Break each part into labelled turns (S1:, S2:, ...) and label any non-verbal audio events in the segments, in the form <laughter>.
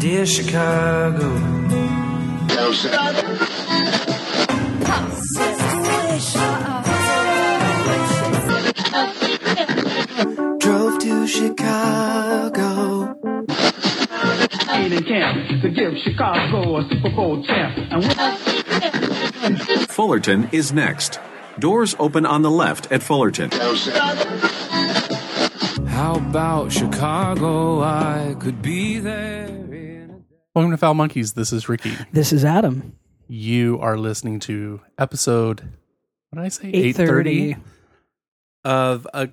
S1: Dear Chicago. Drove to Chicago.
S2: made in camp to give Chicago a Super Bowl champ. And we
S3: Fullerton is next. Doors open on the left at Fullerton.
S1: How about Chicago? I could be there. In a-
S4: Welcome to Foul Monkeys. This is Ricky.
S5: This is Adam.
S4: You are listening to episode, what did I say?
S5: 830
S4: of a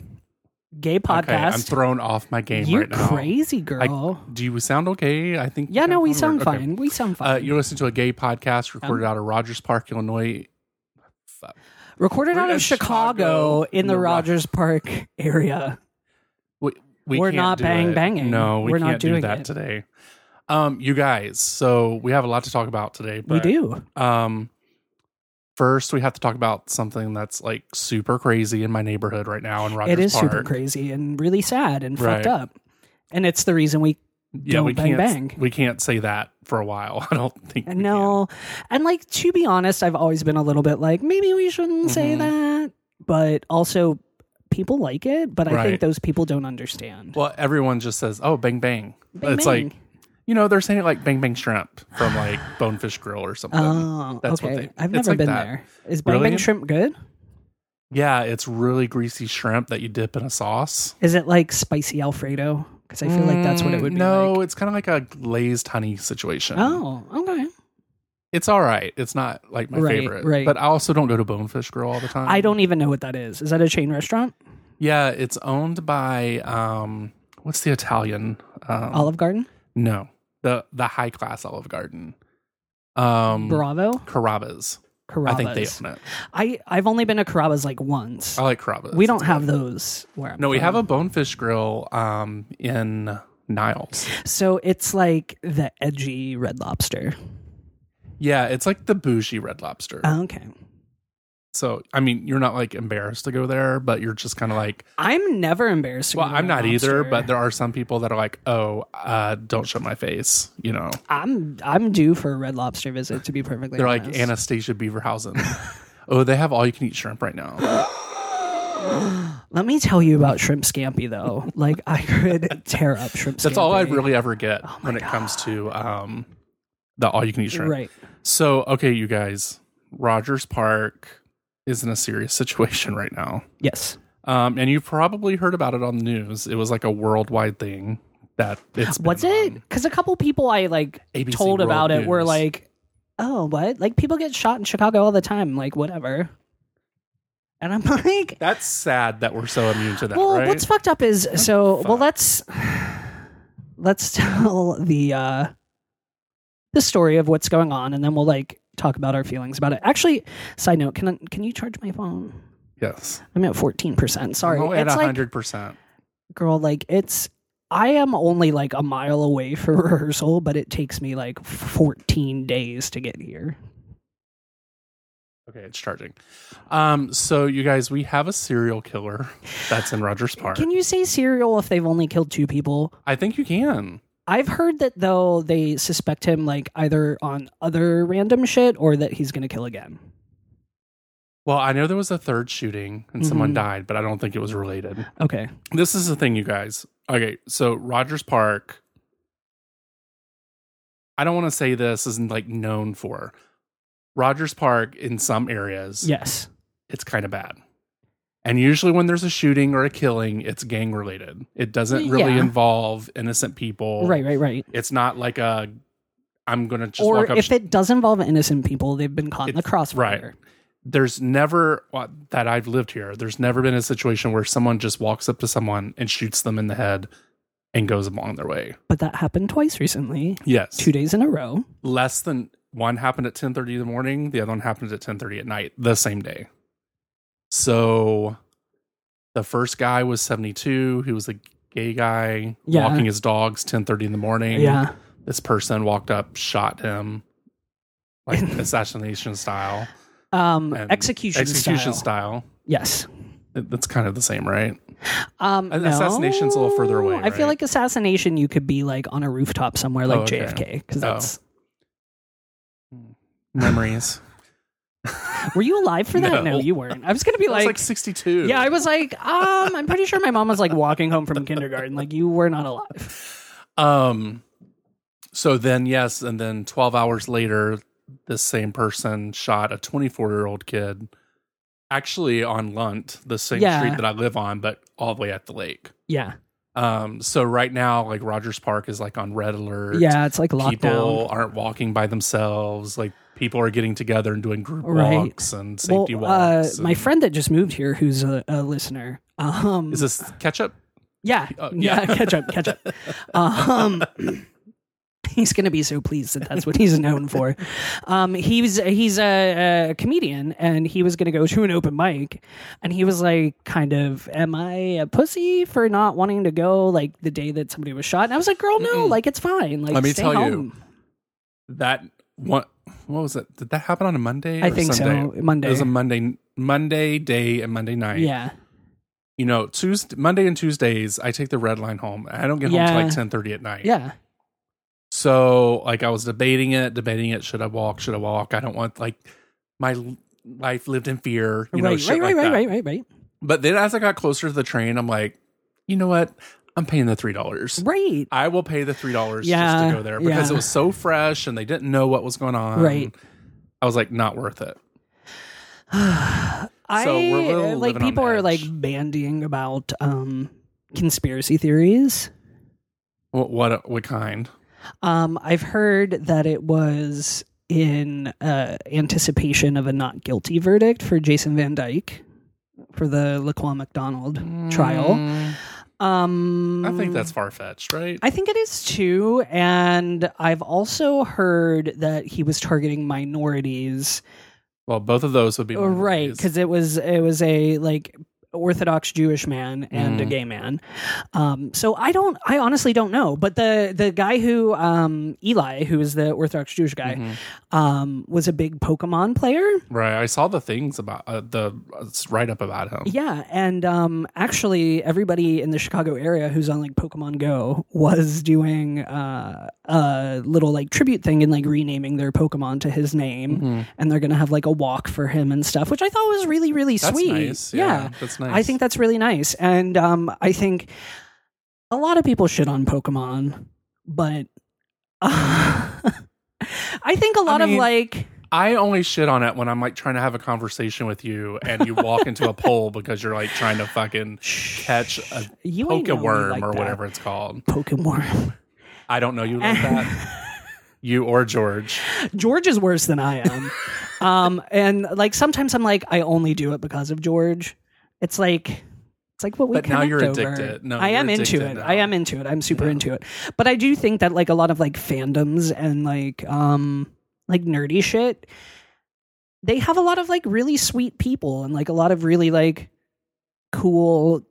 S5: gay podcast.
S4: Okay, I'm thrown off my game
S5: You're
S4: right now.
S5: crazy,
S4: I-
S5: girl.
S4: do we sound okay? I think.
S5: yeah, no, we
S4: we're-
S5: sound
S4: okay.
S5: fine. We sound fine. Um,
S4: Uh, you're listening to a gay podcast recorded out of Rogers Park, Illinois.
S5: Recorded
S4: we're
S5: out
S4: in
S5: of Chicago,
S4: Chicago,
S5: in the
S4: Nebraska.
S5: Rogers Park area.
S4: We, we
S5: We're
S4: can't
S5: not
S4: do
S5: bang
S4: it.
S5: banging.
S4: No, we
S5: We're not
S4: can't do
S5: doing
S4: that
S5: it.
S4: today. Um, you guys, so we have a lot to talk about today. But,
S5: we do.
S4: Um, first, we have to talk about something that's like super crazy in my neighborhood right now in Rogers
S5: It is
S4: Park.
S5: super crazy and really sad and
S4: Right.
S5: fucked up. And it's the reason we
S4: Yeah,
S5: Don't
S4: we
S5: bang,
S4: can't.
S5: bang.
S4: We can't say that for a while. <laughs> I don't think. we can.
S5: no. And like to be honest, I've always been a little bit like maybe we shouldn't say
S4: Mhm.
S5: that, but also people like it, but I
S4: Right.
S5: think those people don't understand.
S4: Well, everyone just says, "Oh, bang bang."
S5: Bang,
S4: it's
S5: bang.
S4: like you know they're saying it like bang bang shrimp from
S5: <sighs>
S4: like Bonefish Grill or something.
S5: Oh,
S4: That's
S5: okay.
S4: what they-
S5: I've
S4: it's
S5: never
S4: like
S5: been
S4: that.
S5: there. Is Bang
S4: Really?
S5: Bang Shrimp good?
S4: Yeah, it's really greasy shrimp that you dip in a sauce. Mm,
S5: Is it like spicy Alfredo? Because I feel like that's what it would be.
S4: No,
S5: like.
S4: it's kind of like a glazed honey situation.
S5: Oh, okay.
S4: it's all right. It's not like my
S5: Right,
S4: favorite.
S5: right.
S4: But I also don't go to Bonefish Grill all the time.
S5: I don't e- even know what that is. Is that a chain restaurant?
S4: Yeah, it's owned by um, what's the Italian? Um,
S5: Olive Garden?
S4: No, the the high class Olive Garden. Um,
S5: Bravo?
S4: Carrabba's.
S5: Carrabba's.
S4: I think they own it.
S5: I, I've only been to Carrabba's like once.
S4: I like Carrabba's.
S5: we don't
S4: It's
S5: have
S4: good.
S5: those where I'm
S4: No, we
S5: from.
S4: have a bonefish grill um, in Niles.
S5: So it's like the edgy red lobster.
S4: Yeah, it's like the bougie Red Lobster.
S5: Okay.
S4: so, I mean, you're not like embarrassed to go there, but you're just kind of like,
S5: I'm never embarrassed. to go
S4: well,
S5: to
S4: I'm
S5: Red
S4: not either.
S5: Lobster.
S4: But there are some people that are like, oh, uh, don't show my face. You know,
S5: I'm I'm due for a red lobster visit to be perfectly
S4: they're
S5: honest.
S4: like Anastasia Beaverhausen. <laughs> oh, they have all you can eat shrimp
S5: <gasps>
S4: right now.
S5: Let me tell you about shrimp scampi though. like I could tear up shrimp scampi.
S4: That's all I really ever get
S5: Oh
S4: when it comes to um, the all you can eat shrimp.
S5: Right.
S4: So, okay, you guys, Rogers Park is in a serious <laughs> situation right now.
S5: Yes.
S4: Um, and you probably heard about it on the news. It was like a worldwide thing that it's been
S5: Was it?
S4: on.
S5: Because a couple people I like
S4: ABC
S5: told about
S4: World
S5: it were
S4: News.
S5: like, "Oh, what? Like people get shot in Chicago all the time. Like whatever." And I'm <laughs> like,
S4: That's sad that we're so immune to that,
S5: "Well,
S4: right?
S5: what's fucked up is so. Well,
S4: fuck?
S5: let's <sighs> let's tell the uh the story of what's going on, and then we'll like talk about our feelings about it. Actually, side note, can I, can you charge my phone?
S4: yes.
S5: I'm at fourteen percent. Sorry,
S4: Oh, at
S5: It's like-
S4: hundred percent.
S5: girl like it's i am only like a mile away for <laughs> rehearsal but it takes me like 14 days to get here
S4: Okay, it's charging. Um, so you guys, we have a serial killer that's in Rogers Park.
S5: can you say serial if they've only killed two people
S4: I think you can.
S5: i've heard that though they suspect him like either on other random shit or that he's gonna kill again
S4: Well, I know there was a third shooting and someone
S5: Mhm.
S4: died, but I don't think it was related.
S5: okay
S4: This is the thing, you guys. Okay, so Rogers Park. I don't want to say this isn't like known for Rogers Park in some areas.
S5: yes
S4: it's kind of bad. And usually, when there's a shooting or a killing, it's gang related. It doesn't really
S5: Yeah.
S4: involve innocent people.
S5: right right right
S4: It's not like a I'm gonna just
S5: or
S4: walk up.
S5: if it does involve innocent people they've been caught in the
S4: It's-
S5: crossfire
S4: there's never well, that I've lived here. There's never been a situation where someone just walks up to someone and shoots them in the head and goes along their way.
S5: but that happened twice recently
S4: Yes,
S5: two days in a row
S4: less than one happened at 10:30 in the morning the other one happened at 10:30 at night the same day so the first guy was 72 he was a gay guy
S5: Yeah.
S4: walking his dogs 10:30 in the morning
S5: yeah
S4: this person walked up shot him
S5: <laughs>
S4: like assassination style
S5: um
S4: and
S5: execution,
S4: execution
S5: style.
S4: style,
S5: yes
S4: That- that's kind of the same right
S5: Um,
S4: An assassination's a little further away,
S5: no. I feel
S4: right?
S5: like assassination, you could be like on a rooftop somewhere, like
S4: Oh, okay.
S5: JFK, because
S4: Oh.
S5: that's. <laughs>
S4: Memories.
S5: Were you alive for that? No,
S4: <laughs> No.
S5: you weren't. I was gonna
S4: <laughs>
S5: be
S4: That was
S5: like,
S4: like 62.
S5: yeah, I was like, um, I'm pretty sure my mom was like walking home from kindergarten. Like you were not alive.
S4: Um, so then, yes, and then 12 hours later, this same person shot a 24 year old kid, actually on Lunt, the same
S5: Yeah.
S4: street that I live on, but all the way at the lake.
S5: Yeah,
S4: Um, so right now, like Rogers Park is like on red alert.
S5: yeah, it's like lockdown.
S4: people aren't walking by themselves. Like people are getting together and doing group
S5: Right.
S4: walks and safety
S5: uh,
S4: walks.
S5: my
S4: and-
S5: friend that just moved here, who's a, a listener, um,
S4: is this ketchup?
S5: yeah,
S4: oh,
S5: yeah,
S4: yeah. <laughs>
S5: catch up, catch up. Um, <clears throat> he's gonna be so pleased that that's what he's known for. Um, he's he's a, a comedian, and he was gonna go to an open mic, and he was like, kind of, am I a pussy for not wanting to go like the day that somebody was shot? And I was like, girl, no,
S4: Mm-mm.
S5: like it's fine. Like
S4: Let me
S5: stay
S4: tell you,
S5: home.
S4: That what what was it? Did that happen on a Monday?
S5: I
S4: or
S5: think
S4: Sunday?
S5: so. Monday.
S4: It was a Monday Monday day and Monday night.
S5: yeah,
S4: You know, Tuesday Monday and Tuesdays I take the red line home. I don't get home till
S5: Yeah.
S4: like ten thirty at night.
S5: yeah,
S4: So like I was debating it, debating it, should I walk, should I walk? I don't want like my l- life lived in fear. You know,
S5: right,
S4: shit
S5: right, right,
S4: like
S5: right,
S4: that.
S5: right, right, right,
S4: But then as I got closer to the train, I'm like, you know what? I'm paying the three dollars.
S5: right.
S4: I will pay the three dollars just
S5: Yeah,
S4: to go there because
S5: yeah.
S4: it was so fresh and they didn't know what was going on.
S5: Right.
S4: I was like, not worth it.
S5: <sighs> I
S4: So we're really
S5: like
S4: living on
S5: people
S4: the
S5: are
S4: edge.
S5: like bandying about um conspiracy theories.
S4: What what, what kind?
S5: Um I've heard that it was in uh anticipation of a not guilty verdict for Jason Van Dyke for the Laquan McDonald trial. Um
S4: Hmm. I think that's far fetched, right?
S5: I think it is too. And I've also heard that he was targeting minorities
S4: well, both of those would be
S5: Oh, right
S4: minorities.
S5: because it was it was a like orthodox jewish man and a
S4: Mm.
S5: gay man um so i don't i honestly don't know but the the guy who um eli who is the orthodox jewish guy
S4: Mhm.
S5: um was a big pokemon player
S4: right. I saw the things about uh, the write up about him.
S5: yeah and um actually everybody in the chicago area who's on like pokemon go was doing uh a little like tribute thing and like renaming their pokemon to his name
S4: Mhm.
S5: and they're gonna have like a walk for him and stuff which i thought was really really
S4: That's
S5: sweet
S4: nice.
S5: yeah.
S4: that's nice.
S5: I think that's really nice. And um, I think a lot of people shit on Pokemon, but <laughs> I think a lot
S4: mean-
S5: of like,
S4: I only shit on it when I'm like trying to have a conversation with you and you walk into a pole <laughs> because you're like trying to fucking catch a
S5: You ain't know me
S4: poke worm
S5: like
S4: or
S5: that.
S4: whatever it's called.
S5: Pokemon.
S4: I don't know you like that.
S5: <laughs>
S4: You or George.
S5: George is worse than I am. um, and like sometimes I'm like, I only do it because of George. It's like, it's like what we.
S4: But now
S5: connect
S4: you're
S5: over.
S4: addicted. No,
S5: I
S4: you're
S5: am into it.
S4: addicted
S5: I
S4: now.
S5: am into it. I'm super into it. But I do think that like a lot of like fandoms and like um like nerdy shit, they have a lot of like really sweet people and like a lot of really like cool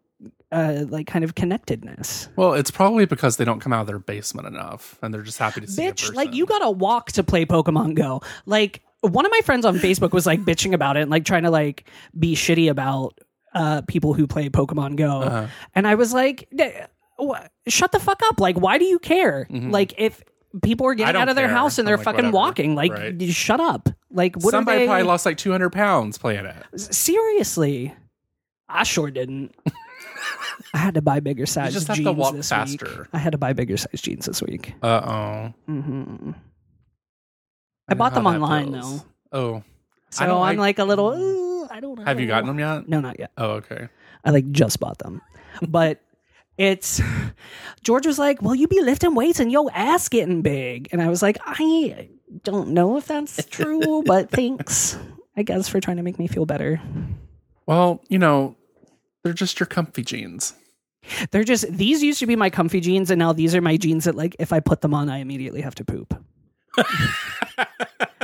S5: uh like kind of connectedness.
S4: Well, it's probably because they don't come out of their basement enough and they're just happy to see a
S5: bitch
S4: person.
S5: like you gotta walk to play pokemon go like one of my friends on facebook was like bitching about it and like trying to like be shitty about uh people who play pokemon go
S4: Uh-huh.
S5: and i was like "D- wha- shut the fuck up like why do you care like if people are getting
S4: Mm-hmm. don't
S5: out of their
S4: care.
S5: house and they're
S4: I'm like,
S5: fucking
S4: whatever.
S5: walking like
S4: Right.
S5: d- shut up like what
S4: Somebody
S5: are they
S4: probably lost like 200 pounds playing it.
S5: seriously i sure
S4: <laughs>
S5: didn't I had to buy bigger size
S4: just have
S5: jeans
S4: to walk
S5: this Week.
S4: faster.
S5: I had to buy bigger size jeans this week.
S4: Uh oh.
S5: hmm I bought them online though,
S4: Oh.
S5: so
S4: don't
S5: I'm
S4: like-
S5: like a little. "Ooh, I don't know.
S4: Have you gotten them yet?
S5: No, not yet.
S4: Oh, okay.
S5: I like just bought them, but it's <laughs> George was like, "Well, you be lifting weights and your ass getting big," and I was like, "I don't know if
S4: <laughs>
S5: that's true, but thanks, I guess, for trying to make me feel better."
S4: Well, you know, they're just your comfy jeans.
S5: They're just these used to be my comfy jeans, and now these are my jeans that like if I put them on, I immediately have to
S4: <laughs>
S5: poop.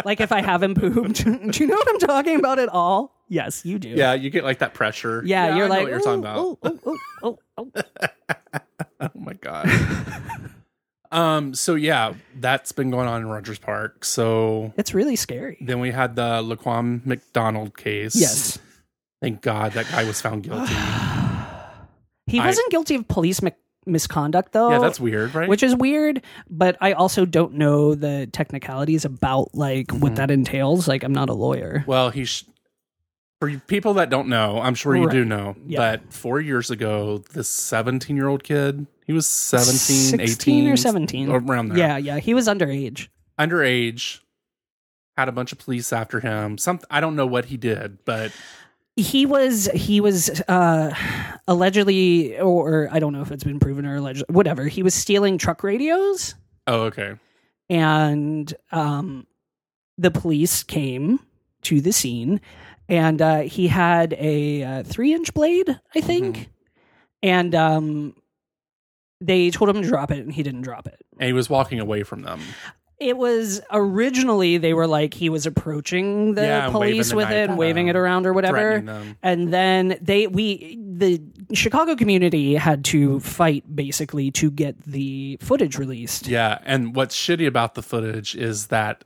S5: like if I haven't pooped, <laughs> do you know what I'm talking about at all? Yes, you do.
S4: Yeah, you get like that pressure.
S5: Yeah,
S4: I
S5: you're
S4: know
S5: like
S4: what you're talking about.
S5: "Ooh, ooh, ooh, ooh, ooh, ooh."
S4: Oh my god. <laughs> um. So yeah, that's been going on in Rogers Park. So
S5: It's really scary.
S4: then we had the Laquan McDonald case.
S5: Yes. <sighs>
S4: <laughs> Thank God that guy was found guilty.
S5: He
S4: I-
S5: wasn't guilty of police mi- misconduct, though.
S4: Yeah, that's weird, right?
S5: Which is weird, but I also don't know the technicalities about like
S4: Mm-hmm.
S5: what that entails. Like, I'm not a lawyer.
S4: Well, he sh- for you people that don't know, I'm sure you do
S5: Right.
S4: know
S5: Yeah.
S4: that four years ago, this 17 year old kid, he was 17,
S5: 16
S4: 18
S5: or 17
S4: around there,
S5: Yeah, yeah, he was underage.
S4: underage, had a bunch of police after him. Some I don't know what he did, but
S5: he was he was uh allegedly or, or i don't know if it's been proven or alleged whatever he was stealing truck radios
S4: oh, okay,
S5: and um the police came to the scene and uh he had a uh, three inch blade i
S4: Mm-hmm.
S5: think and um they told him to drop it and he didn't drop it
S4: and he was walking away from them.
S5: it was originally they were like he was approaching the
S4: Yeah, and waving
S5: police
S4: the
S5: with
S4: knife
S5: it
S4: at
S5: and waving
S4: them,
S5: it around or whatever
S4: threatening them.
S5: and then they we the chicago community had to fight basically to get the footage released
S4: Yeah, and what's shitty about the footage is that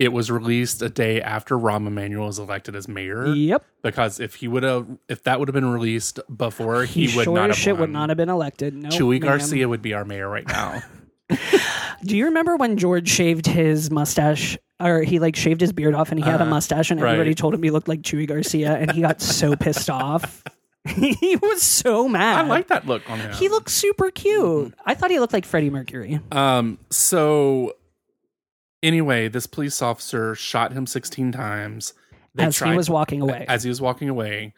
S4: it was released a day after Rahm Emanuel was elected as mayor.
S5: yep
S4: Because if he would have, if that would have been released before,
S5: he,
S4: he, would
S5: sure
S4: not
S5: as
S4: have.
S5: shit would
S4: won.
S5: not have been elected no
S4: Chewy
S5: ma'am.
S4: Garcia would be our mayor right now.
S5: do you remember when george shaved his mustache or he like shaved his beard off and he had a mustache and everybody
S4: Uh-huh. right.
S5: told him he looked like chewy garcia and he got so pissed off <laughs> he was so mad
S4: I like that Mm-hmm. look on him.
S5: he looked super cute i thought he looked like freddie mercury
S4: um. So anyway, this police officer shot him sixteen times. They
S5: as he was walking away
S4: as he was walking away.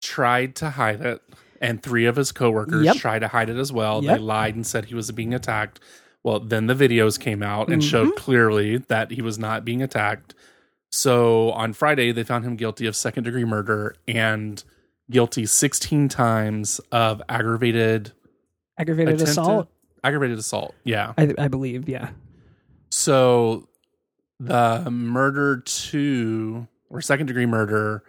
S4: Tried to hide it, and three of his coworkers
S5: Yep.
S4: tried to hide it as well. They
S5: Yep.
S4: lied and said he was being attacked. Well, then the videos came out and showed
S5: Mm-hmm.
S4: clearly that he was not being attacked. So on Friday, they found him guilty of second degree murder and guilty 16 times of aggravated
S5: aggravated
S4: attempted-
S5: assault
S4: Aggravated assault, yeah.
S5: I, I believe yeah
S4: So the murder two or second degree murder,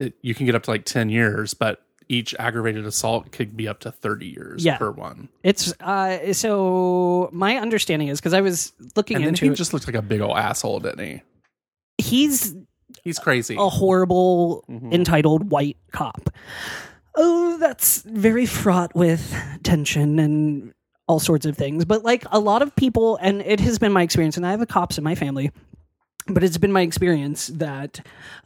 S4: it, you can get up to like 10 years, but each aggravated assault could be up to 30 years
S5: Yeah.
S4: per one.
S5: It's uh so my understanding is because I was looking
S4: And then
S5: into
S4: he
S5: it,
S4: just looked like a big old asshole, didn't he?
S5: he's
S4: He's
S5: Uh,
S4: crazy.
S5: a horrible entitled white cop. Oh, that's very fraught with tension and all sorts of things. But like a lot of people and it has been my experience and I have a cops in my family, but it's been my experience that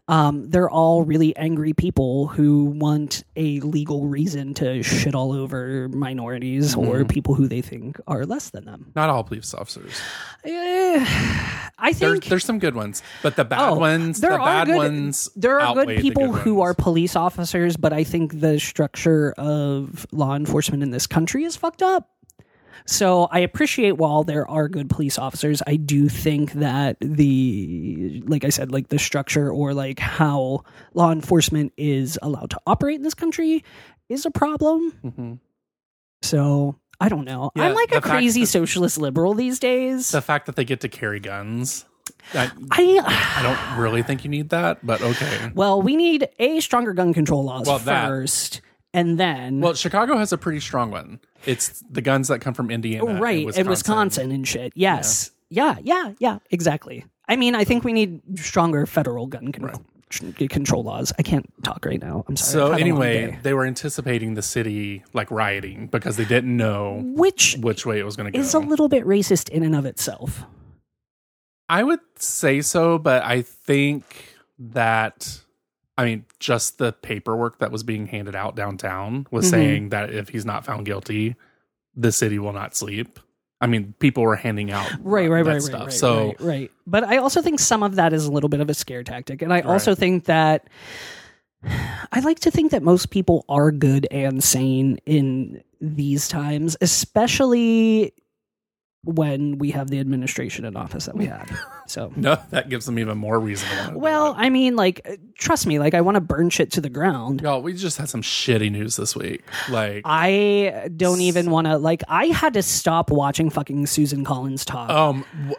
S5: um, they're all really angry people who want a legal reason to shit all over minorities or people who they think are less than them.
S4: Not all police officers.
S5: Eh, I
S4: There's,
S5: think
S4: there's some good ones, but the bad
S5: oh,
S4: ones, the bad ones,
S5: There are
S4: outweigh
S5: good
S4: the
S5: people
S4: good
S5: who
S4: ones.
S5: are police officers, but I think the structure of law enforcement in this country is fucked up. So I appreciate while there are good police officers, I do think that the like I said, like the structure or like how law enforcement is allowed to operate in this country is a problem. So I don't know.
S4: Mm-hmm. Yeah,
S5: I'm like
S4: the
S5: a
S4: fact
S5: crazy
S4: that-
S5: socialist liberal these days.
S4: the fact that they get to carry guns. I,
S5: I
S4: I don't really think you need that, but okay.
S5: Well, we need a stronger gun control laws
S4: Well, that-
S5: first, and then
S4: Well, Chicago has a pretty strong one. It's the guns that come from Indiana, and
S5: Oh, right and Wisconsin and shit. Yes, yeah. yeah, yeah, exactly. I mean, I think we need stronger federal gun control control laws. I can't talk right now. I'm sorry.
S4: So
S5: I've had a long
S4: anyway,
S5: day.
S4: they were anticipating the city like rioting because they didn't know
S5: which
S4: which way it was going to go.
S5: is a little bit racist in and of itself.
S4: I would say so, but I think that I mean just the paperwork that was being handed out downtown
S5: Mm-hmm.
S4: was saying that if he's not found guilty, the city will not sleep. I mean, people were handing out
S5: Right, right,
S4: that
S5: right,
S4: stuff.
S5: right, right,
S4: so
S5: right, right. But I also think some of that is a little bit of a scare tactic, and I also think that I like to think that most people are good and sane in these times, especially when we have the administration in office that we have.
S4: <laughs>
S5: So.
S4: <laughs> no, that gives them even more reason. To want to
S5: Well, I mean, like, trust me, like, I want to burn shit to the ground.
S4: y'all, we just had some shitty news this week. Like,
S5: I don't even want to, like, I had to stop watching fucking Susan Collins talk.
S4: um, w-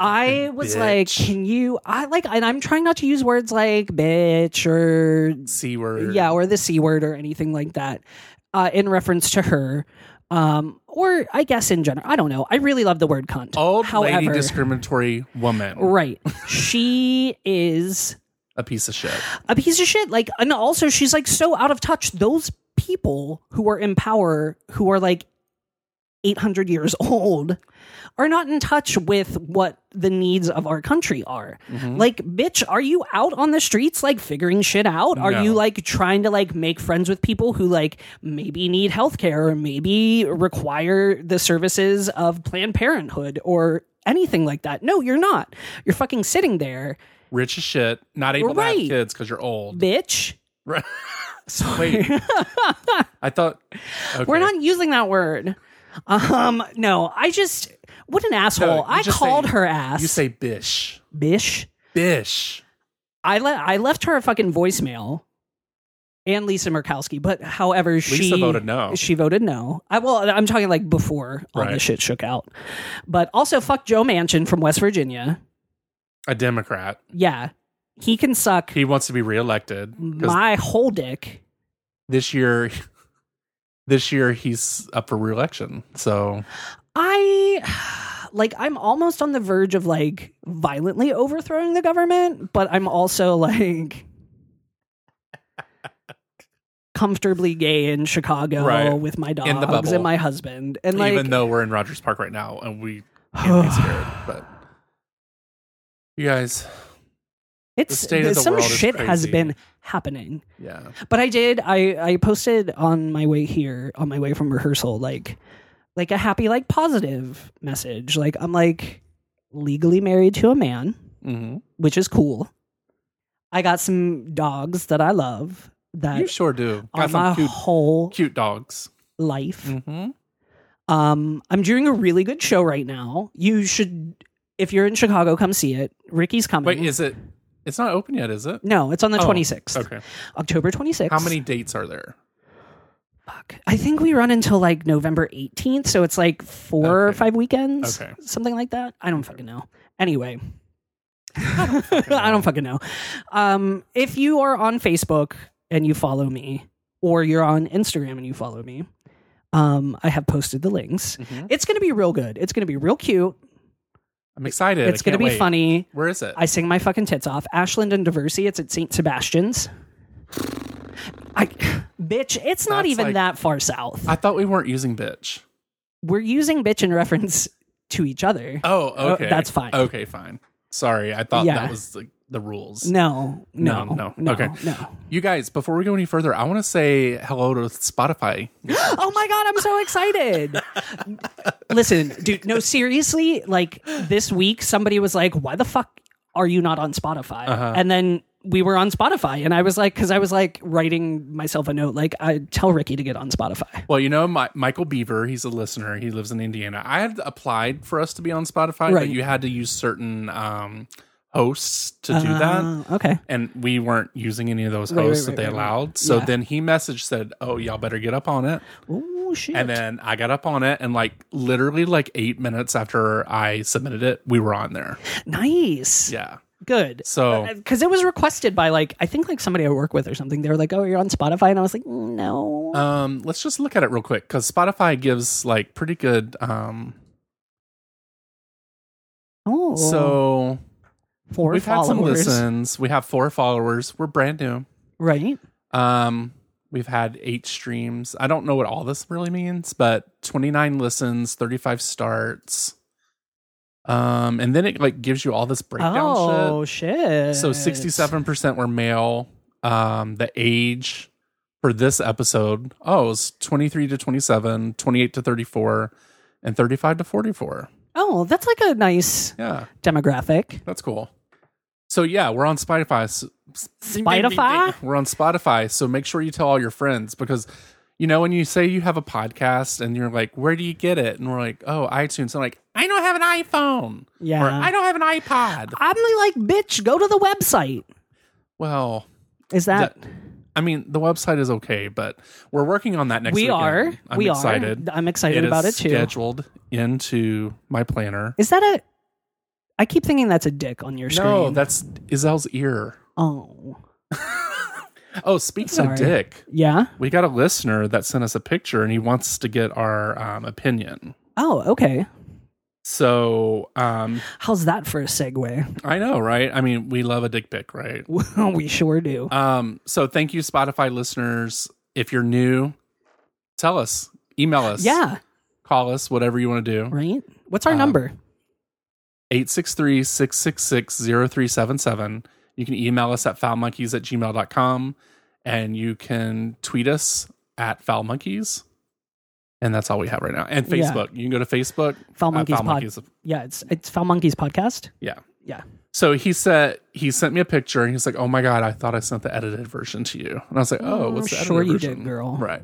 S5: I was like,
S4: bitch.
S5: can you? I like, and I'm trying not to use words like bitch or
S4: c word.
S5: yeah, or the c word or anything like that uh, in reference to her, um, or I guess in general. I don't know. I really love the word cunt.
S4: old
S5: However,
S4: lady discriminatory woman,
S5: right? She is
S4: a piece of shit.
S5: a piece of shit. Like, and also she's like so out of touch. Those people who are in power who are like 800 years <laughs> old are not in touch with what the needs of our country are. Like, bitch, are you out on the streets, like figuring shit out? Are
S4: No.
S5: you like trying to like make friends with people who like maybe need healthcare or maybe require the services of Planned Parenthood or anything like that? No, you're not. You're fucking sitting there,
S4: Rich as shit, not able to
S5: Right.
S4: have kids because you're old.
S5: bitch.
S4: Right.
S5: Sorry. <laughs>
S4: Wait, I thought okay.
S5: We're not using that word. Um, no, I just what an asshole.
S4: No, you
S5: I
S4: just
S5: called
S4: say-
S5: her ass.
S4: You say bish,
S5: bish.
S4: bish.
S5: I le- I left her a fucking voicemail. And Lisa Murkowski, but however she
S4: voted no.
S5: She voted no. I well, I'm talking like before all
S4: Right.
S5: this shit shook out. But also fuck Joe Manchin from West Virginia.
S4: A Democrat.
S5: Yeah. He can suck
S4: He wants to be reelected because
S5: my whole dick.
S4: this year, this year he's up for reelection. So
S5: I like I'm almost on the verge of like violently overthrowing the government, but I'm also like comfortably gay in Chicago
S4: Right.
S5: with my dogs
S4: In the bubble.
S5: and my husband. And like
S4: even though we're in Rogers Park right now and we
S5: <sighs>
S4: can't be scared, but you guys,
S5: it's
S4: the state of the
S5: some
S4: world is
S5: shit has
S4: crazy.
S5: been happening.
S4: yeah,
S5: But I did I I posted on my way here, on my way from rehearsal, like like a happy, like positive message. Like I'm like legally married to a man.
S4: hmm
S5: which is cool. I got some dogs that I love
S4: you
S5: that
S4: sure do.
S5: are
S4: Got
S5: my
S4: some cute,
S5: whole
S4: cute dogs.
S5: life.
S4: Mm-hmm.
S5: Um, I'm doing a really good show right now. You should, if you're in Chicago, come see it. Ricky's coming.
S4: Wait, is it? It's not open yet, is it?
S5: no, it's on the
S4: Oh,
S5: 26th,
S4: Okay.
S5: October 26th.
S4: How many dates are there?
S5: Fuck. I think we run until like November 18th, so it's like four or
S4: Okay.
S5: five weekends,
S4: Okay.
S5: something like that. I don't fucking know.
S4: <laughs>
S5: Anyway, <laughs> I don't fucking know. Um, if you are on Facebook and you follow me, or you're on Instagram and you follow me, um, I have posted the links.
S4: Mm-hmm.
S5: It's gonna be real good. It's gonna be real cute.
S4: I'm excited.
S5: it's
S4: I
S5: gonna
S4: can't
S5: be
S4: wait.
S5: funny.
S4: Where is it?
S5: I sing my fucking tits off. Ashland and Diversity. It's at St. Sebastian's. I, <sighs> bitch, it's not
S4: That's
S5: even
S4: like-
S5: that far south.
S4: I thought we weren't using bitch.
S5: We're using bitch in reference to each other.
S4: Oh, okay.
S5: that's fine.
S4: Okay, fine. Sorry, I thought
S5: Yeah.
S4: that was like the rules.
S5: No, no,
S4: No, no.
S5: no,
S4: Okay.
S5: no.
S4: You guys, before we go any further, I want to say hello to Spotify.
S5: Oh my god, I'm so excited. Listen, dude, no seriously, like this week somebody was like, "Why the fuck are you not on Spotify?"
S4: Uh-huh.
S5: And then we were on Spotify and I was like cuz I was like writing myself a note like I tell Ricky to get on Spotify.
S4: Well, you know, my, Michael Beaver, he's a listener. He lives in Indiana. I had applied for us to be on Spotify,
S5: Right.
S4: but you had to use certain um, hosts to do that.
S5: Uh, okay.
S4: And we weren't using any of those
S5: right,
S4: hosts
S5: right,
S4: that they
S5: right, right.
S4: allowed. So
S5: Yeah.
S4: then he messaged said, "Oh, y'all better get up on it."
S5: Oh shit.
S4: And then I got up on it, and like literally like eight minutes after I submitted it, we were on there.
S5: nice.
S4: Yeah.
S5: Good.
S4: So
S5: Because it was requested by like I think like somebody I work with or something. They were like, "Oh, you're on Spotify," and I was like, "No."
S4: Um, let's just look at it real quick because Spotify gives like pretty good. Um,
S5: oh,
S4: so
S5: 4
S4: we've had some
S5: followers,
S4: listens. We have four followers. We're brand new.
S5: right?
S4: Um, we've had eight streams. I don't know what all this really means, but twenty nine listens, thirty five starts. Um, and then it like gives you all this breakdown
S5: Oh
S4: shit.
S5: shit.
S4: So sixty seven percent were male. Um, the age for this episode oh it was 23 to 27 28 to 34 and 35 to 44
S5: Oh, that's like a nice
S4: Yeah,
S5: demographic.
S4: that's cool. So yeah, we're on Spotify. S- s-
S5: Spotify?
S4: We're on Spotify. So make sure you tell all your friends because you know when you say you have a podcast and you're like, where do you get it? And we're like, oh, iTunes. I'm like, I don't have an iPhone.
S5: Yeah.
S4: Or I don't have an iPod.
S5: I'm like, bitch, go to the website.
S4: Well,
S5: Is that,
S4: that- I mean, the website is okay, but we're working on that next.
S5: we
S4: weekend.
S5: are?
S4: I'm
S5: we
S4: excited.
S5: are. I'm excited about
S4: is
S5: it too.
S4: Scheduled into my planner.
S5: Is that a? I keep thinking that's a dick on your screen.
S4: No, that's Izel's ear.
S5: oh
S4: Oh, speaking
S5: Sorry.
S4: of dick.
S5: yeah.
S4: we got a listener that sent us a picture and he wants to get our um, opinion
S5: Oh okay.
S4: so um,
S5: How's that for a segue? <laughs>
S4: i know right i mean we love a dick pic right
S5: we sure do.
S4: um, so thank you spotify listeners if you're new Tell us, email us, Uh,
S5: Yeah,
S4: call us, whatever you want to do.
S5: right. What's our number?
S4: 863 666 0377. You can email us at foulmonkeys at gmail.com and you can tweet us at foulmonkeys. And that's all we have right now. And
S5: Yeah.
S4: Facebook. You can go to Facebook.
S5: Foul
S4: at
S5: Monkeys Pod.
S4: Foulmonkeys.
S5: Yeah, it's it's Foul Monkeys podcast.
S4: Yeah.
S5: Yeah.
S4: So he said he sent me a picture and he's like, "Oh my god, I thought I sent the edited version to you." And I was like, "Oh, what's the
S5: sure
S4: edited
S5: you did,
S4: version?
S5: girl.
S4: Right.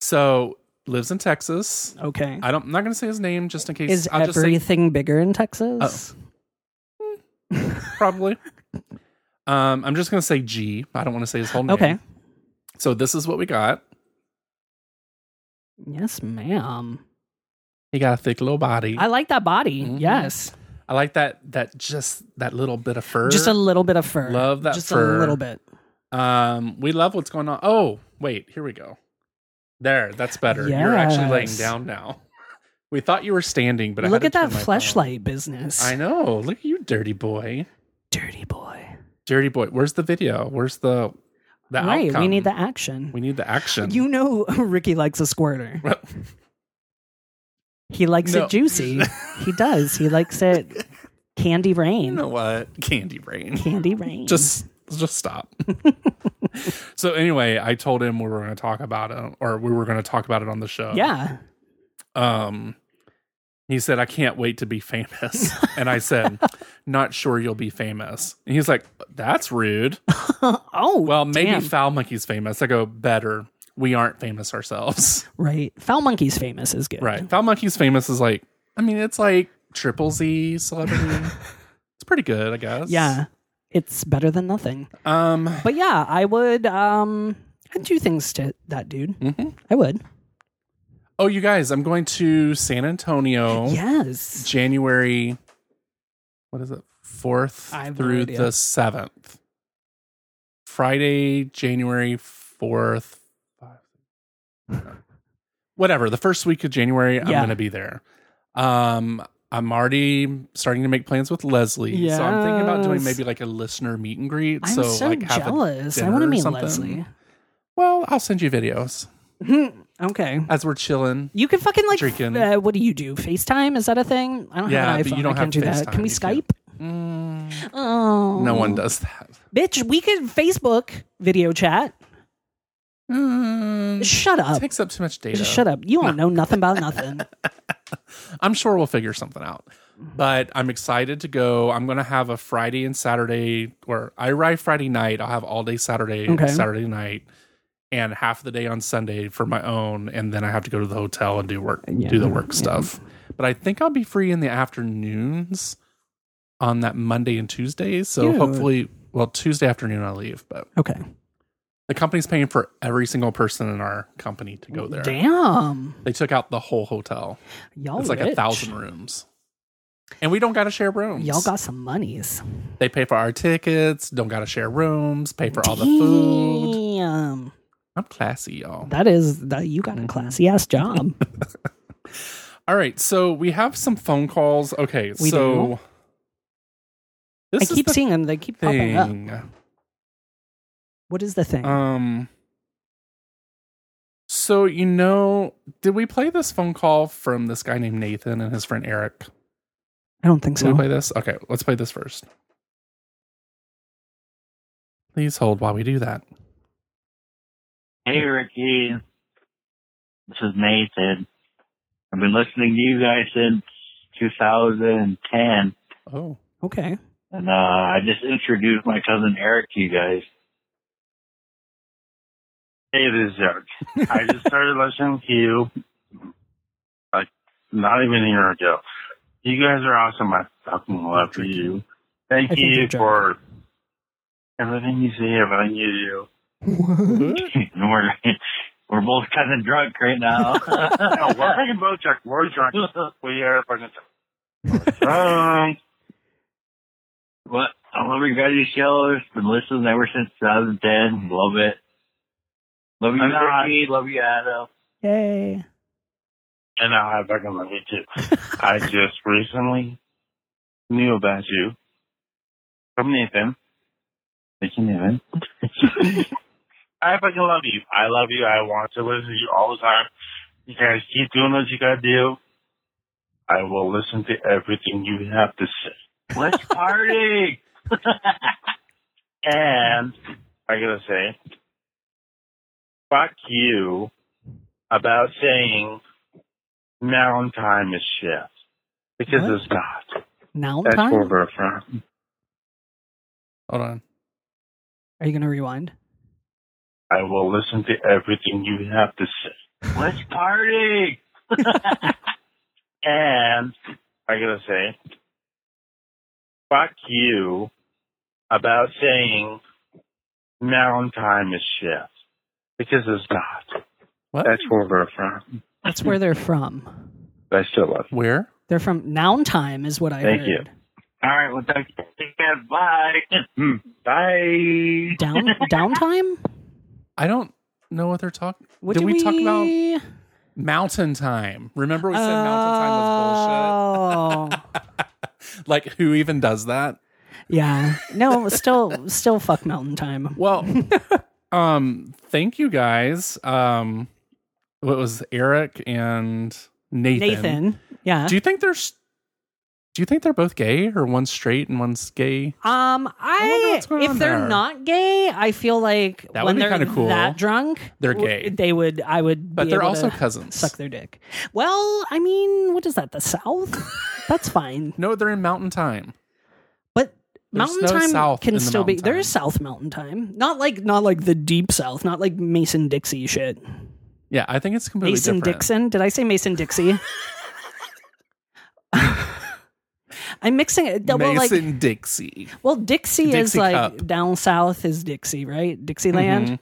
S4: So lives in Texas.
S5: Okay.
S4: I don't. I'm not going to say his name just in case.
S5: Is
S4: I'll just say Oh.
S5: everything bigger in Texas?
S4: <laughs> probably. um, I'm just going to say G. I don't want to say his whole name.
S5: Okay.
S4: So this is what we got.
S5: Yes, ma'am.
S4: He got a thick little body.
S5: I
S4: I,
S5: like that body.
S4: Mhm.
S5: Yes.
S4: like that. That just that little bit of fur.
S5: Just a little bit of fur.
S4: Love that
S5: Just
S4: fur.
S5: a little bit.
S4: Um, we love what's going on. Oh, wait, here we go. There, that's better. You're actually laying
S5: Yes.
S4: down now. <laughs> We thought you were standing, but I
S5: Look
S4: had
S5: at
S4: to
S5: that
S4: turn my phone.
S5: fleshlight business.
S4: I know. Look at you, dirty boy.
S5: Dirty boy.
S4: Dirty boy. Where's the video? Where's the the
S5: right. We
S4: outcome?
S5: need the action.
S4: We need the action.
S5: You know, <laughs> Ricky likes a
S4: <laughs>
S5: squirter. He likes
S4: No.
S5: it
S4: <laughs>
S5: juicy. he does. He likes it candy rain.
S4: You know what? Candy brain.
S5: Candy rain.
S4: <laughs> just just stop. <laughs> so anyway, I told him we were going to talk about it, or we were going to talk about it on the
S5: <laughs>
S4: show. <laughs>
S5: yeah.
S4: um he said i can't wait to
S5: <laughs>
S4: be famous and i said not sure you'll be famous and he's like that's rude
S5: Oh <laughs>
S4: well maybe
S5: damn.
S4: foul monkey's famous i go better we aren't
S5: <laughs>
S4: famous ourselves
S5: right. Foul monkey's famous is good.
S4: right foul monkey's famous is like i mean it's like triple z
S5: <laughs>
S4: celebrity it's pretty good i guess
S5: Yeah. It's better than nothing.
S4: um
S5: But yeah, I would um I'd do things to that dude.
S4: Mm-hmm.
S5: I would.
S4: oh you guys i'm going to san antonio
S5: <gasps> Yes.
S4: january what is it fourth
S5: I have no
S4: through
S5: idea.
S4: the seventh friday january fourth whatever the first week of january i'm
S5: Yeah.
S4: gonna be there um i'm already starting to make plans with leslie so i'm thinking about doing
S5: Yes.
S4: maybe like a listener meet and greet
S5: I'm
S4: so,
S5: so,
S4: like have a
S5: jealous. I
S4: dinner
S5: want
S4: or
S5: to meet
S4: something.
S5: Leslie.
S4: well i'll send you videos
S5: Okay.
S4: as we're chilling
S5: You can fucking like
S4: Drinking.
S5: Uh, what do you do? FaceTime? Is that a thing? I don't
S4: Yeah,
S5: have
S4: but
S5: an iPhone.
S4: you don't
S5: I can't
S4: have
S5: do that.
S4: FaceTime.
S5: Can we
S4: You
S5: Skype?
S4: can't. Mm.
S5: Oh.
S4: no one does that
S5: Bitch, we could Facebook video chat.
S4: Mm,
S5: Shut up.
S4: takes up too much data
S5: Just shut up. You don't know nothing about
S4: <laughs>
S5: nothing.
S4: I'm sure we'll figure something out.
S5: Mm-hmm.
S4: But I'm excited to go. I'm going to have a Friday and Saturday, or I ride Friday night. I'll have all day Saturday, and
S5: Okay.
S4: Saturday night, and half the day on Sunday for my own. And then I have to go to the hotel and do work, do the work stuff. But I think I'll be free in the afternoons on that Monday and Tuesday. So
S5: Cute.
S4: hopefully, well, Tuesday afternoon I leave, but
S5: Okay.
S4: the company's paying for every single person in our company to go there.
S5: Damn.
S4: They took out the whole hotel
S5: Y'all
S4: it's like a
S5: Oh, rich.
S4: thousand rooms. And we don't gotta share rooms.
S5: Y'all got some monies.
S4: they pay for our tickets, don't gotta share rooms, pay for all the food.
S5: Damn.
S4: I'm classy, y'all.
S5: That is that you got a classy ass job.
S4: All right, so we have some phone calls. Okay,
S5: We
S4: so
S5: I
S4: <laughs> this is
S5: keep
S4: the
S5: seeing them. They keep popping up.
S4: thing.
S5: What is the thing?
S4: Um so you know, did we play this phone call from this guy named Nathan and his friend Eric? Did
S5: I don't think
S4: we
S5: so.
S4: play this? Okay, let's play this first. Please hold while we do that.
S6: Hey, Ricky. This is Nathan. I've been listening to you guys since 2010,
S4: Oh.
S5: Okay.
S6: and uh, I just introduced my cousin Eric to you guys. Hey, this is Eric. I just started listening to you, like, not even a year ago. You guys are awesome. I fucking love you. Thank
S5: I think
S6: you
S5: you're drunk.
S6: for everything you say, everything you do. And <laughs> we're we're both kind of drunk
S5: <laughs>
S6: right now. no, we're fucking both drunk. We're drunk. We are fucking drunk. Drunk. What? I love your guys' show. It's been listening ever since 2010. Love it. Love you, Ricky. Love you, Adam.
S5: Yay.
S6: And I fucking love you too. I just recently knew about you from Nathan. Thank you, Nathan. <laughs> I fucking love you. I love you. I want to listen to you all the time. You guys keep doing what you gotta do. I will listen to everything you have to say. <laughs> Let's party! and I gotta say, fuck you about saying mountain time is shit. Because
S5: What?
S6: it's not.
S5: Now
S6: That's where
S5: time?
S6: we're from.
S4: Hold on.
S5: Are you going to rewind?
S6: I will listen to everything you have to say. Let's party! <laughs> and I gotta say, fuck you about saying mountain time is shit. Because it's not.
S4: What?
S6: That's where we're from.
S5: That's where they're from.
S6: But I still love you.
S4: Where?
S5: They're from noun time, is what I
S6: Thank
S5: heard.
S6: you. All right, well, thank you. Bye. Bye.
S5: Down <laughs> downtime?
S4: I don't know what they're talking.
S5: What
S4: Did
S5: did
S4: we, talk
S5: <laughs>
S4: about
S5: we-
S4: mountain time? Remember we said mountain time was
S5: bullshit. Oh.
S4: bullshit. Like who even does that?
S5: <laughs> yeah. No, still, still fuck mountain time. <laughs>
S4: Well, um, thank you guys. Um, what was Eric and Nathan?
S5: Nathan. Yeah.
S4: Do you think there's? Do you think they're both gay, or one's straight and one's gay?
S5: um,
S4: wonder
S5: I,
S4: what's going
S5: if
S4: on
S5: they're
S4: there.
S5: not gay, I feel like
S4: That would
S5: when
S4: be
S5: they're
S4: kinda cool.
S5: that drunk,
S4: They're
S5: w-
S4: gay.
S5: They would. I would.
S4: But
S5: be
S4: they're
S5: able
S4: also
S5: to
S4: cousins.
S5: Suck their dick. Well, I mean, what is that? The
S4: <laughs>
S5: South? That's fine.
S4: No, they're in mountain time.
S5: But
S4: There's
S5: mountain
S4: no
S5: time
S4: south
S5: can
S4: in the
S5: still be
S4: mountain
S5: there
S4: time.
S5: is South Mountain time. Not like not like the deep South, not like Mason Dixie shit.
S4: Yeah, I think it's completely
S5: Mason
S4: different.
S5: Dixon. Did I say Mason
S4: <laughs>
S5: Dixie? <laughs> I'm mixing it. Well, like-
S4: Mason Dixie.
S5: well, Dixie, is
S4: Dixie
S5: like
S4: Cup.
S5: down south is Dixie, right? Dixieland.
S4: Mhm.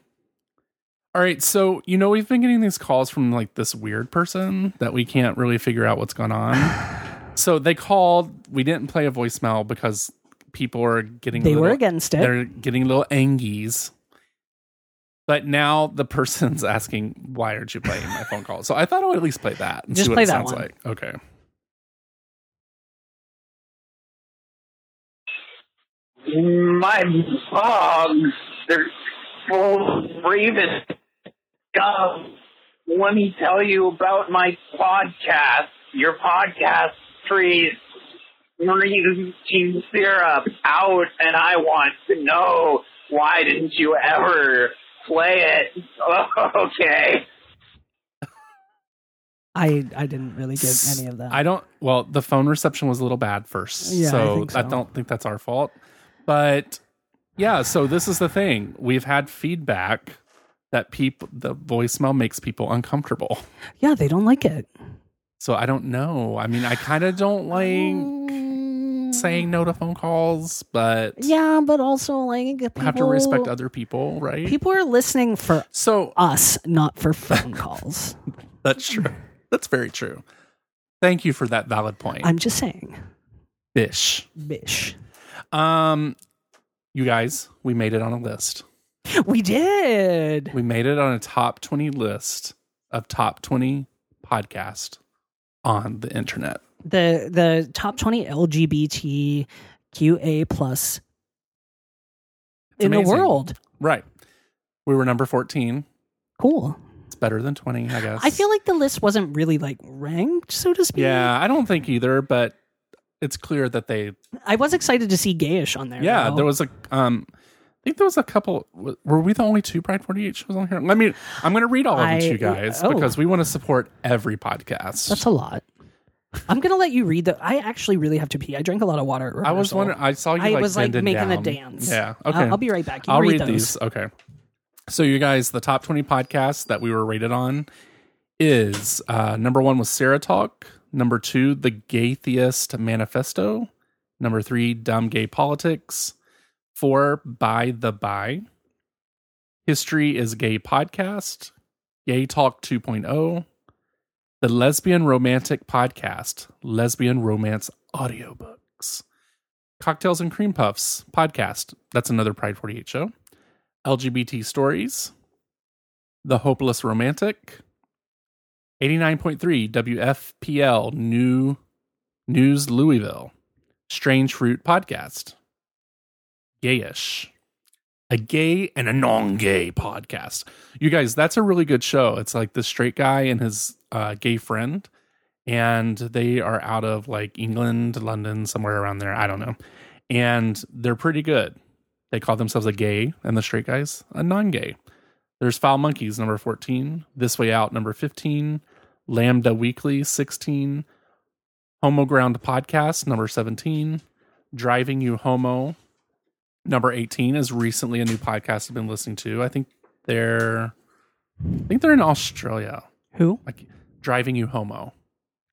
S4: All right, so you know we've been getting these calls from like this weird person that we can't really figure out what's going on.
S5: <sighs>
S4: so they called. We didn't play a voicemail because people are getting a
S5: They were
S4: little-
S5: against it.
S4: They're getting little angies. But now the person's <laughs> asking, "Why aren't you playing my phone call?" So I thought I would at least play that. And
S5: Just
S4: see what
S5: play
S4: it
S5: that
S4: sounds
S5: one.
S4: like. Okay.
S7: my bugs, they're full of raven gum. Let me tell you about my podcast. Your podcast trees green cheese syrup out, and I want to know why didn't you ever play it? <laughs> Okay.
S5: I I didn't really get any of that.
S4: Mm-hmm. I don't. Well, the phone reception was a little bad first,
S5: Yeah, I
S4: so, I
S5: think so.
S4: don't think that's our fault. But yeah, so this is the thing: we've had feedback that people the voicemail makes people uncomfortable.
S5: yeah, they don't like it.
S4: So I don't know. I mean, I kind of don't like saying no to phone calls, but
S5: Mm. Yeah, but also like people, um,
S4: I have to respect other people, right?
S5: people are listening for
S4: so
S5: us, not for
S4: <laughs>
S5: phone calls.
S4: that's true.
S5: <laughs>
S4: That's very true. Thank you for that valid point,
S5: I'm just saying,
S4: Bish.
S5: bish.
S4: Um, you guys, we made it on a list.
S5: We did.
S4: We made it on a top 20 list of top 20 podcast on the internet.
S5: the the top 20 LGBTQA plus in the
S4: amazing.
S5: world.
S4: Right. We were number 14.
S5: Cool.
S4: It's better than 20, I guess.
S5: I feel like the list wasn't really like ranked, so to speak.
S4: Yeah, I don't think either, but it's clear that they
S5: I was excited to see gayish on there.
S4: Yeah,
S5: though.
S4: there was a um I think there was a couple were we the only two Pride 48 shows on here? Let me I'm going to read all of them
S5: I-
S4: to you guys
S5: oh.
S4: because we want to support every podcast.
S5: that's a lot. I'm gonna let you read the I actually really have to pee. I drank a lot of water. At
S4: I was
S5: rehearsal.
S4: wondering. I saw you.
S5: I
S4: like,
S5: was like
S4: bending
S5: making a
S4: down.
S5: dance.
S4: Yeah.
S5: I'll-
S4: Okay.
S5: I'll be right back. You
S4: I'll
S5: read
S4: read,
S5: those.
S4: these. Okay. So you guys, the top twenty podcasts that we were rated on is uh, number one was Sarah Talk. Number two, The Gay Theist Manifesto. Number three, Dumb Gay Politics. Four, By the By. History is Gay Podcast. Gay Talk 2.0. The Lesbian Romantic Podcast. Lesbian Romance Audiobooks. Cocktails and Cream Puffs podcast. That's another Pride 48 show. LGBT Stories. The Hopeless Romantic. 89.3 WFPL New News Louisville. Strange Fruit Podcast. Gayish. a gay and a non-gay podcast. You guys, that's a really good show. It's like this straight guy and his uh, gay friend, and they are out of like England, London, somewhere around there. I don't know, and they're pretty good. They call themselves a gay, and the straight guys a non-gay. There's Foul Monkeys number fourteen, This Way Out number fifteen, Lambda Weekly sixteen, Homo Ground podcast number seventeen, Driving You Homo number 18 is recently a new podcast I've been listening to. I think they're I think they're in Australia.
S5: Who?
S4: Like Driving You Homo.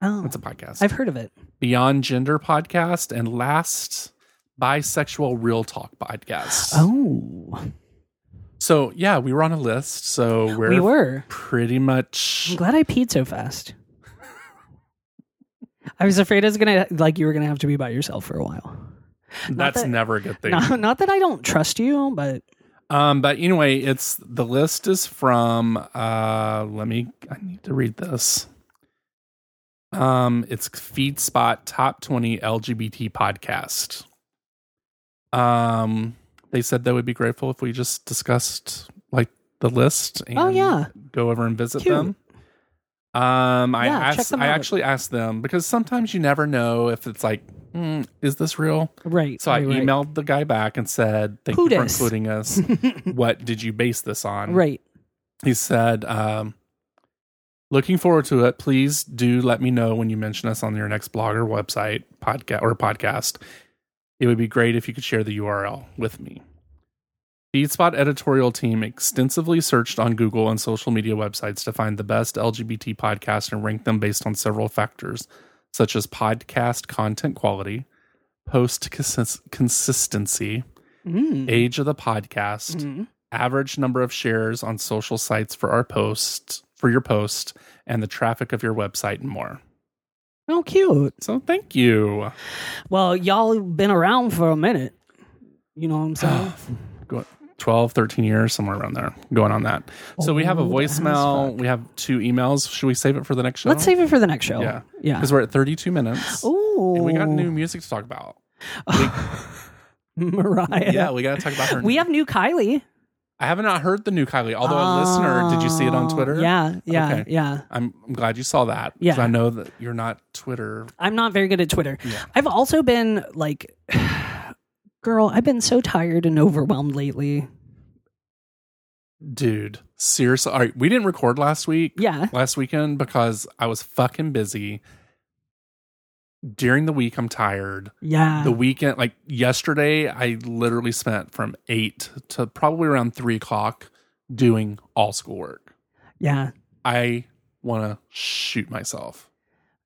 S5: Oh,
S4: That's a podcast.
S5: I've heard of it.
S4: Beyond Gender podcast and last Bisexual Real Talk podcast.
S5: Oh,
S4: So, yeah, we were on a list. So, we're
S5: we were.
S4: pretty much
S5: I'm glad I peed so fast. I was afraid I was gonna like you were gonna have to be by yourself for a while.
S4: that's
S5: that-
S4: never a good
S5: <laughs>
S4: thing.
S5: No, not that I don't trust you, but
S4: Um, but anyway, it's the list is from uh let me I need to read this. Um it's FeedSpot top 20 LGBT podcast. Um they said they would be grateful if we just discussed like the list and
S5: Oh, yeah.
S4: go over and visit
S5: Cute.
S4: them. Um I
S5: Yeah, check
S4: asked
S5: them
S4: I
S5: out.
S4: actually asked them because sometimes you never know if it's like hmm, is this real?
S5: right.
S4: So I
S5: right, right.
S4: emailed the guy back and said, "Thank
S5: Who
S4: you for
S5: dis? <laughs>
S4: including us. what did you base this on?"
S5: Right.
S4: He said, um, "Looking forward to it. Please do let me know when you mention us on your next blog or website podcast or podcast. It would be great if you could share the URL with me." Feedspot editorial team extensively searched on Google and social media websites to find the best LGBT podcasts and ranked them based on several factors, such as podcast content quality, post consis- consistency,
S5: Mm.
S4: age of the podcast,
S5: Mhm.
S4: average number of shares on social sites for our posts, for your post, and the traffic of your website and more.
S5: Oh, cute.
S4: So thank you.
S5: Well, y'all been around for a minute. You know what I'm
S4: <sighs>
S5: saying?
S4: Go- 12, 13 years, somewhere around there, going on that. So we have a
S5: Old as
S4: voicemail.
S5: fuck.
S4: We have two emails. Should we save it for the next show?
S5: Let's save it for the next show.
S4: Yeah.
S5: Yeah.
S4: Because we're at 32 minutes.
S5: Oh,
S4: And we got new music to talk about.
S5: Mariah. <laughs>
S4: Yeah, we got to talk about her.
S5: Oh. we have new Kylie.
S4: I have not heard the new Kylie, although a listener, did you see it on
S5: Oh,
S4: Twitter?
S5: Yeah, yeah,
S4: Okay.
S5: yeah.
S4: I'm, I'm glad you saw that. 'cause
S5: Yeah.
S4: I know that you're not Twitter.
S5: I'm not very good at Twitter.
S4: Yeah.
S5: I've also been like, <sighs> girl, I've been so tired and overwhelmed lately.
S4: Dude, seriously. All right, we didn't record last week,
S5: Yeah.
S4: last weekend, because I was fucking busy. During the week, I'm tired.
S5: Yeah.
S4: The weekend, like yesterday, I literally spent from eight to probably around three o'clock doing all schoolwork.
S5: yeah.
S4: I want to shoot myself.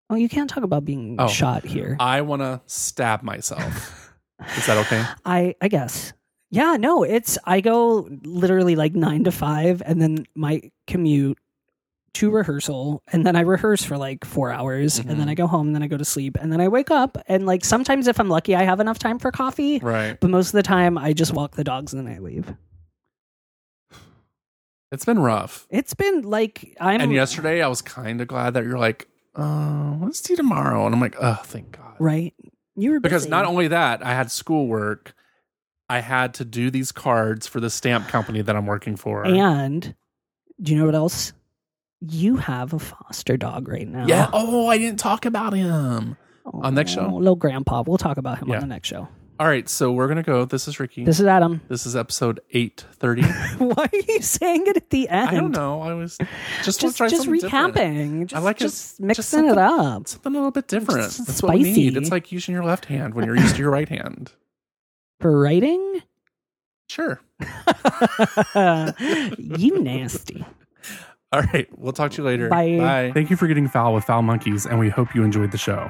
S5: Well, Oh, you can't talk about being
S4: Oh.
S5: shot here.
S4: I want to stab myself. Is that okay?
S5: I I guess. Yeah, no, it's I go literally like 9 to 5 and then my commute to rehearsal and then I rehearse for like 4 hours and
S4: Mm-hmm.
S5: then I go home and then I go to sleep and then I wake up and like sometimes if I'm lucky I have enough time for coffee,
S4: Right.
S5: but most of the time I just walk the dogs and then I leave.
S4: It's been rough.
S5: It's been like I'm
S4: And yesterday, I was kind of glad that you're like, uh, let's see tomorrow. And I'm like, oh, thank God.
S5: right. You were
S4: Because
S5: busy.
S4: not only that, I had schoolwork. I had to do these cards for the stamp company that I'm working for.
S5: and do you know what else? You have a foster dog right now.
S4: Yeah. Oh, I didn't talk about him.
S5: Oh,
S4: on next show?
S5: Little grandpa. We'll talk about him
S4: Yeah.
S5: on the next show.
S4: All right. So we're going to go. This is Ricky.
S5: This is Adam.
S4: This is episode
S5: <laughs>
S4: 830.
S5: Why are you saying it at the end?
S4: I don't know. I was just, wanna
S5: Just
S4: try
S5: just
S4: something different.
S5: recapping. Just,
S4: I like it.
S5: just
S4: Just
S5: mixing it
S4: something-
S5: up.
S4: Something a little bit different.
S5: Just
S4: That's what we
S5: spicy.
S4: need. It's like using your left hand when you're used to your right hand.
S5: For writing? Uh,
S4: Sure. <laughs>
S5: you nasty.
S4: All right. We'll talk to you later.
S5: Bye.
S4: Bye. Thank you for getting foul with Foul Monkeys, and we hope you enjoyed the show.